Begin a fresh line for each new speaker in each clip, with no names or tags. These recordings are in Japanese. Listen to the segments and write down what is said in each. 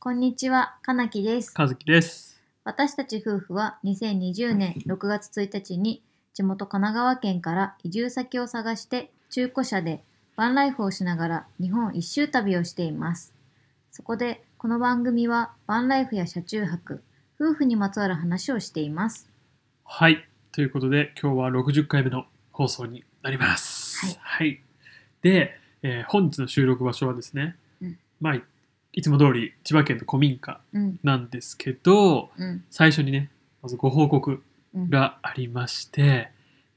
こんにちは、金木です。
和樹です。
私たち夫婦は2020年6月1日に地元神奈川県から移住先を探して中古車でワンライフをしながら日本一周旅をしています。そこでこの番組はワンライフや車中泊、夫婦にまつわる話をしています。
はい。ということで、今日は60回目の放送になります。
はい。
で、えー本日の収録場所はですね、
うん
まあ、いいつも通り千葉県の古民家
うん、
なんですけど、
うん、
最初にね、まずご報告
うん。
がありまして、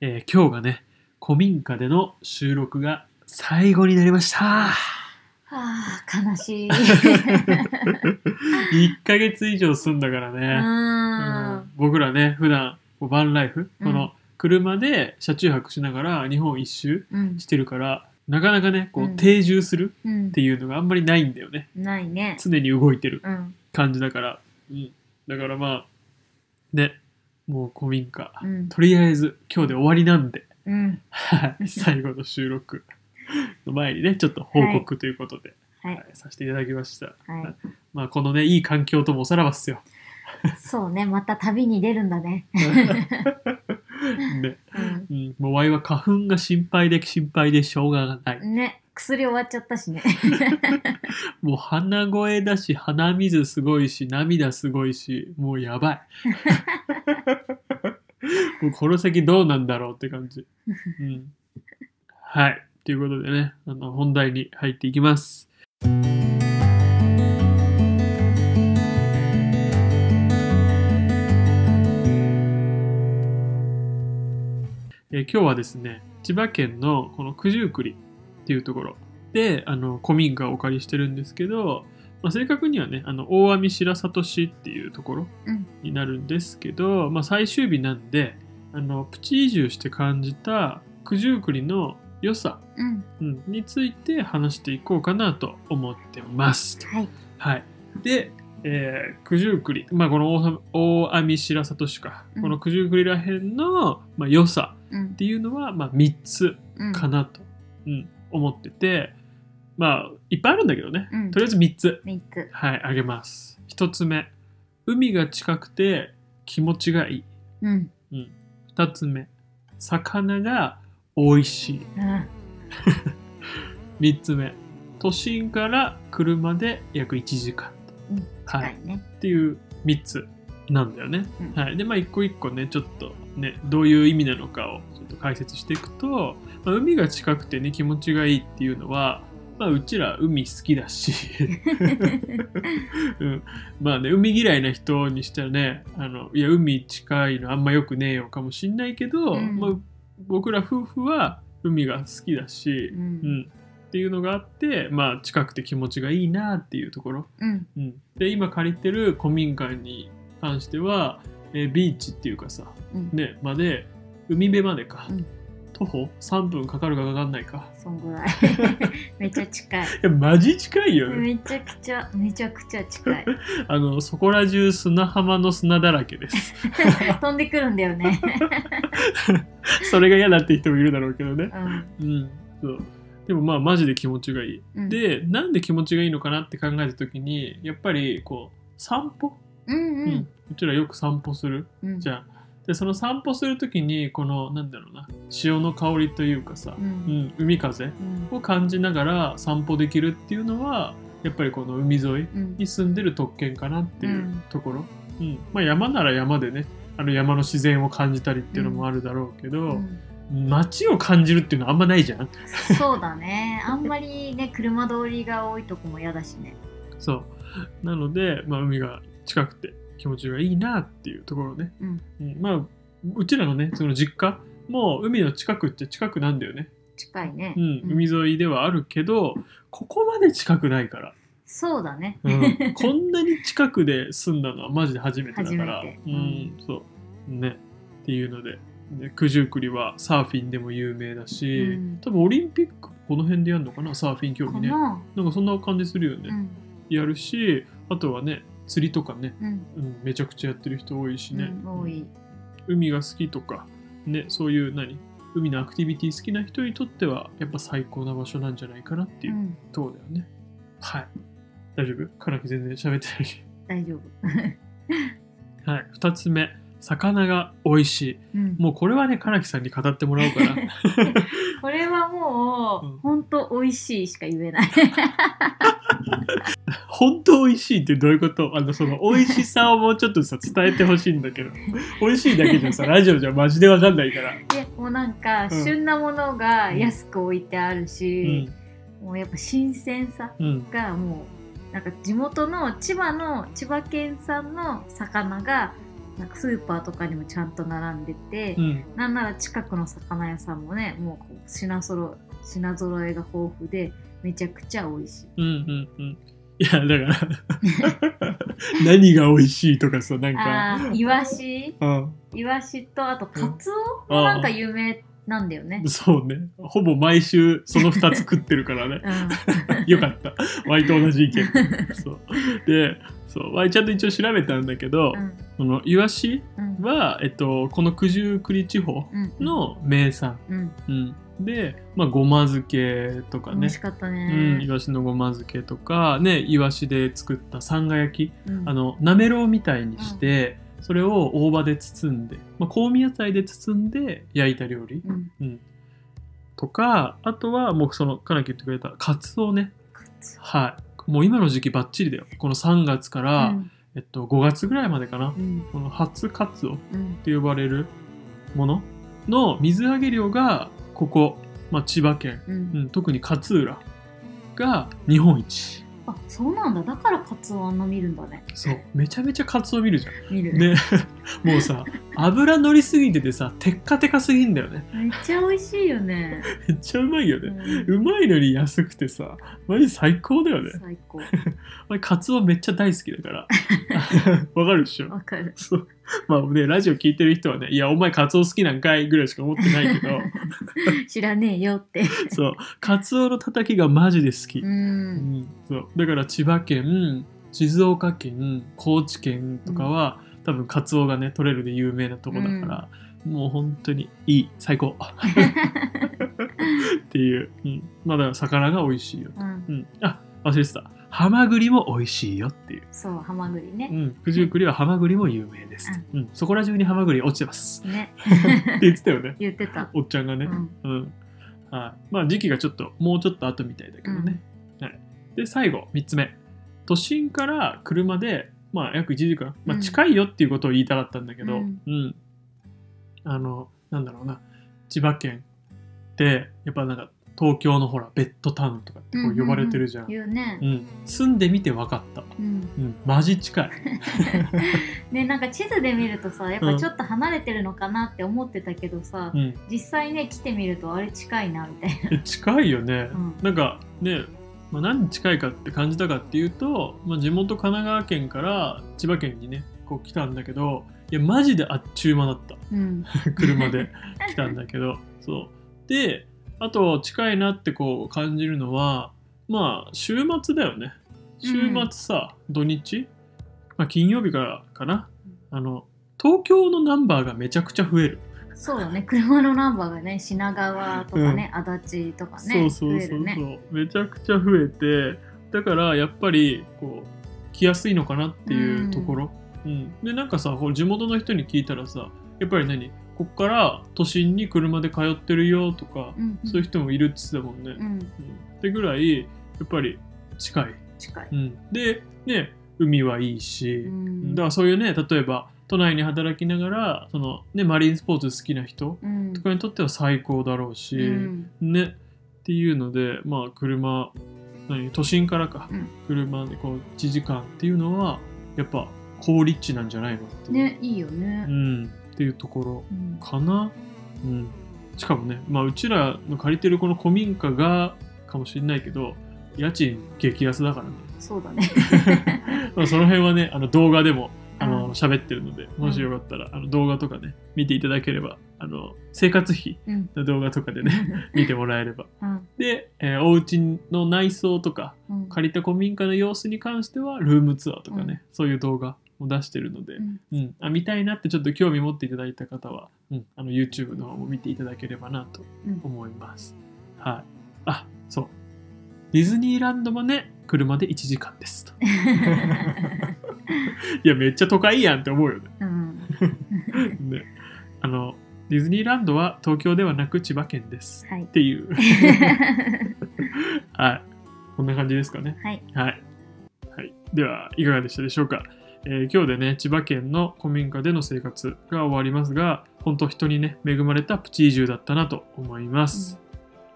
えー今日がね、古民家での収録が最後になりました。
はあ、悲しい。う
1ヶ月以上住んだからね。
ーん。
僕らね普段こうバンライフ、
うん
この車で車中泊しながら日本一周
うん
し、てるからなかなかねこ
うん
う定住する
うん
って。いうのがあんまりないんだよね
ないね。
常に動いてる
うん、
感じだから、うん、だからまあねもう古民家、
うん、
とりあえず今日で終わりなんで
うん。
はい最後の収録の前にねちょっと報告ということで、
はい
はいさせていただきました、
はい。
まあこのねいい環境ともおさらば っすよ
そうね、また旅に出るんだね。
ね
う
うん、もうワイは花粉が心配で心配でしょうがない。
ん、ね、薬終わっちゃったしね。
もう鼻声だし、鼻水すごいし、涙すごいし、もうやばい。もうこの先どうなんだろうって感じ。うん、はい。ということでね、あの本題に入っていきます。えー今日はですね、千葉県のこの九十九里っていうところで、あの古民家をお借りしてるんですけど、まあ、正確にはね、あの大網白里市っていうところ
うん
になるんですけど、まあ、最終日なんで、あのプチ移住して感じた九十九里の良さ、
うん、
うんについて話していこうかなと思ってます。
はい。
はい、で、えー九十九里、まあ、この大大網白里市か、
うん
この九十九里らへんの、まあ、良さ
うん
っ、ていうのは、まあ、3つ
うん、
かなと、うん思ってて、まあ、いっぱいあるんだけどね、
うん
とりあえず3つ、
三つ。
はい、あげます。1つ目、海が近くて気持ちがいい。
うん、
2つ目、魚が美味しい。
うん、
3つ目都心から車で約1時間、
うん
は
近
い、
い ね。
っていう3つなんだよね、
うん
はい、でまあ一個一個ねちょっとねどういう意味なのかをちょっと解説していくと、まあ、海が近くてね気持ちがいいっていうのはまあ、うちら海好き だし、うん、まあね海嫌いな人にしたらねあのいや海近いのあんまよくねえよかもしんないけど、
うん
まあ、僕ら夫婦は海が好きだし、
う、
うんん、っていうのがあって、まあ、近くて気持ちがいいなっていうところ、
うん、
うん、で今借りてる古民家に関しては、えービーチっていうかさ、
うん
ね、まで海辺までか、
うん
徒歩3分かかるかかかんないか
そんぐらい。 めちゃ近い。
いやマジ近いよね、
めちゃくちゃ、めちゃくちゃ近 い。
あのそこら中砂浜の砂だらけです
飛んでくるんだよね。
それが嫌だって人もいるだろうけどね、
うん、
うん、そうでもまあマジで気持ちがいい、
うん、
でなんで気持ちがいいのかなって考えた時にやっぱりこう散歩
うん、
う
うんん、
うちらよく散歩する
うん、
じゃん。でその散歩する時にこのなんだろうな潮の香りというかさ
う、、
うんん、海風
うん、
を感じながら散歩できるっていうのはやっぱりこの海沿い
うん、
に住んでる特権かなってい
ん
うところ、うんまあ、山なら山でねあの山の自然を感じたりっていうのもあるだろうけ
う
ど、
ん
街を感じるっていうのはあんまないじゃん。
そうだね。あんまりね、車通りが多いとこも嫌だしね。
そうなので、まあ、海が近くて気持ちがいいなっていうところね、
うん
うんまあうちらのねその実家もう海の近くって近くなんだよね、
近いね。
うん、海沿いではあるけどここまで近くないから、
そうだね。
うん、こんなに近くで住んだのはマジで初めてだから
初めて
う
うんん
そうねっていうのでで九十九里はサーフィンでも有名だし、
うん
多分オリンピックこの辺でやるのかなサーフィン競
か
技ね
な。
なんかそんな感じするよね、
うん、
やるしあとはね釣りとかね、
うん、
うん、めちゃくちゃやってる人多いしね、
うん、多い。
海が好きとかねそういう何海のアクティビティ好きな人にとってはやっぱ最高な場所なんじゃないかなっていううんところだよね、はい大丈夫カラキ全然喋ってな
大 丈夫。
い。はい。二つ目。魚が美味しい。
うん、
もうこれはね、カラキさんに語ってもらおうかな。
これはも
うん
う、ほんと美味しいしか言えない。
本当美味しいってどういうことあの、その美味しさをもうちょっとさ、伝えてほしいんだけど。美味しいだけじゃさ、ラジオじゃマジでわかんないから。
でもうなんか、
うん
旬なものが安く置いてある
う
し
ん、。
もうやっぱ新鮮さ
うん。
がもうなんか地元の千葉の千葉県産の魚がなんかスーパーとかにもちゃんと並んでて、
うん。
なんなら近くの魚屋さんもねもうこう品揃え品揃えが豊富でめちゃくちゃ美味しい。
うん。うん。うん。いや、だから、何が美味しいとかさ、なん
あ
か。
ーイワシ
うん。
イワシとあとカツオ
うん
もなんか有名なんだよね。
そうね。ほぼ毎週その2つ食って るからね。
う
よかった。ワイと同じ意見。そう。で、そう、ワイちゃんと一応調べたんだけど、
んうん
その、イワシ
うん
は、えっと、この九十九里地方
うん
の名産。
うん、
うん。で、まあ、ごま漬けとか
美味
ね
し。かった
うん、イ
ね。
ワシのごま漬けとか、ね、イワシで作ったさんが焼き、
うん
あの、なめろうみたいにして、それを大葉で包んで、まあ、香味野菜で包んで焼いた料理
うん、
とか、あとはもうその、かなき言ってくれた、カツオね。
カツ
はい。もう今の時期バッチリだよ。この3月か
オ
ら、えっと、5月ぐらいまでかな
う。ん
この初カツオっ
うん
て呼ばれるものの水揚げ量が、ここ、まあ、千葉県、
うんうん
うん、特に勝浦が日本一。
あそうなんだだからカツオあんな見るんだね
そう。めちゃめちゃカツオ見るじゃん。
見る、
で、もうさ、油乗りすぎててさ、テッカテカすぎんだよね。
めっちゃ美味しいよ ね、
めっちゃうまいよ
う
ね。
ん
うまいのに安くてさ、マジ最高だよね。
最高
俺、カツオめっちゃ大好きだから。 わかるでしょ
わかる
そう。まあね、ラジオ聞いてる人はね、いや、お前カツオ好きなんかいぐらいしか思ってないけど、
知らねえよって
そう、カツオのたたきがマジで好き。
う
うんんそう。だから千葉県、静岡県、高知県とかは、多分カツオがね、取れるで有名なとこだから、もう本当にいい、最 高。っていう。うん、まあだから魚が美味しいよ。
うん
うん。あ、忘れてた。ハマグリも美味しいよっていう。
そうハマグリ
う
ね、
ん。九十九里はハマグリも有名です。うん。そこら中にハマグリ落ちてます。
ね
って言ってたよね。
言ってた、
おっちゃんが
う
ね。
ん、
うん。はい。まあ時期がちょっと、もうちょっと後みたいだけどね。はい。で、最後、3つ目。都心から車で、まあ約1時間、まあ
うん
近いよっていうことを言いたかったんだけど、う
うんん。
あの、なんだろうな。千葉県って、やっぱなんか東京のほら、ベッドタウンとかってこう呼ばれてるじゃん。
言うね
う、ん。住んでみて分かった。
うん、
うん。マジ近い。
ねなんか地図で見るとさやっぱちょっと離れてるのかなって思ってたけどさ、
うん。
実際ね来てみるとあれ近いなみたいな
え近いよね、
うん
なんかね、まあ、何に近いかって感じたかっていうと、まあ、地元神奈川県から千葉県にねこう来たんだけどいやマジであっちゅう間だった
うん
車で来たんだけどそうであと近いなってこう感じるのはまあ週末だよね週末さ、土日、まあ、金曜日からかなあの東京のナンバーがめちゃくちゃ増える
そうだね車のナンバーがね品川とかね、足立とかね
そうそう
増
そ
え
うそ
る
う、
ね
めちゃくちゃ増えてだからやっぱりこう来やすいのかなっていうところ、うんでなんかさこう地元の人に聞いたらさやっぱり何こっから都心に車で通ってるよとか、
ん
そういう人もいるって言ってたもんね、
うん、
うんってぐらいやっぱり近い、
近い。
うんでね海はいいし、
うん
だからそういうね例えば都内に働きながらその、ね、マリンスポーツ好きな人
うん
とかにとっては最高だろうし、
うん
ねっていうのでまあ車何都心からか、
うん
車でこう1時間っていうのはやっぱ好立地なんじゃないのっていう、
ね、いいよ
う
ね。
ん、っていうところ
うん
かな、うん、しかもね、まあ、うちらの借りてるこの古民家がかもしれないけど家賃激安だからね、
そうだね。
まあ、その辺はねあの動画でもあ
うん
の喋ってるのでもしよかったら、あの動画とかね見ていただければあの生活費
うん。
の動画とか でね見てもらえれば
うん
で、えーお家の内装とか
うん
借りた古民家の様子に関してはルームツアーとかね、そういう動画も出してるので、
うん
うんあ見たいなってちょっと興味持っていただいた方は、うん、あの YouTube の方も見ていただければなと
うん
思います、はいあそうディズニーランドまで車で1時間ですと。 いや、めっちゃ都会やんって思うよね。
うん、
ねあの、ディズニーランドは東京ではなく千葉県です。
はい
っ。ていう。はい。こんな感じですかね。
はい。
はい。はい、では、いかがでしたでしょうか、えー今日でね、千葉県の古民家での生活が終わりますが、本当人にね、恵まれたプチ移住だったなと思います。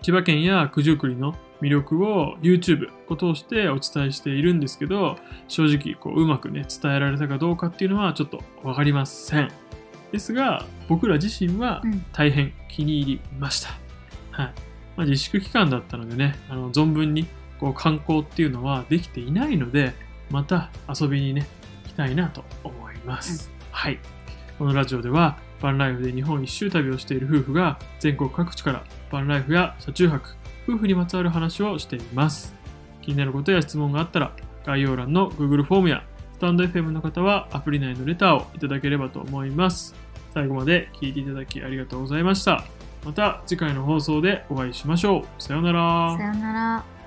千葉県や九十九里の魅力を YouTube を通してお伝えしているんですけど、正直こううまくね、伝えられたかどうかっていうのはちょっとわかりません。ですが、僕ら自身は
うん
大変気に入りました。はいまあ、自粛期間だったのでね、あの存分にこう観光っていうのはできていないので、また遊びにね、行きたいなと思います。はい。このラジオでは、バンライフで日本一周旅をしている夫婦が全国各地からバンライフや車中泊、夫婦にまつわる話をしています。気になることや質問があったら、概要欄の Google フォームやスタンド FM の方はアプリ内のレターをいただければと思います。最後まで聞いていただきありがとうございました。また次回の放送でお会いしましょう。さようなら
さよなら。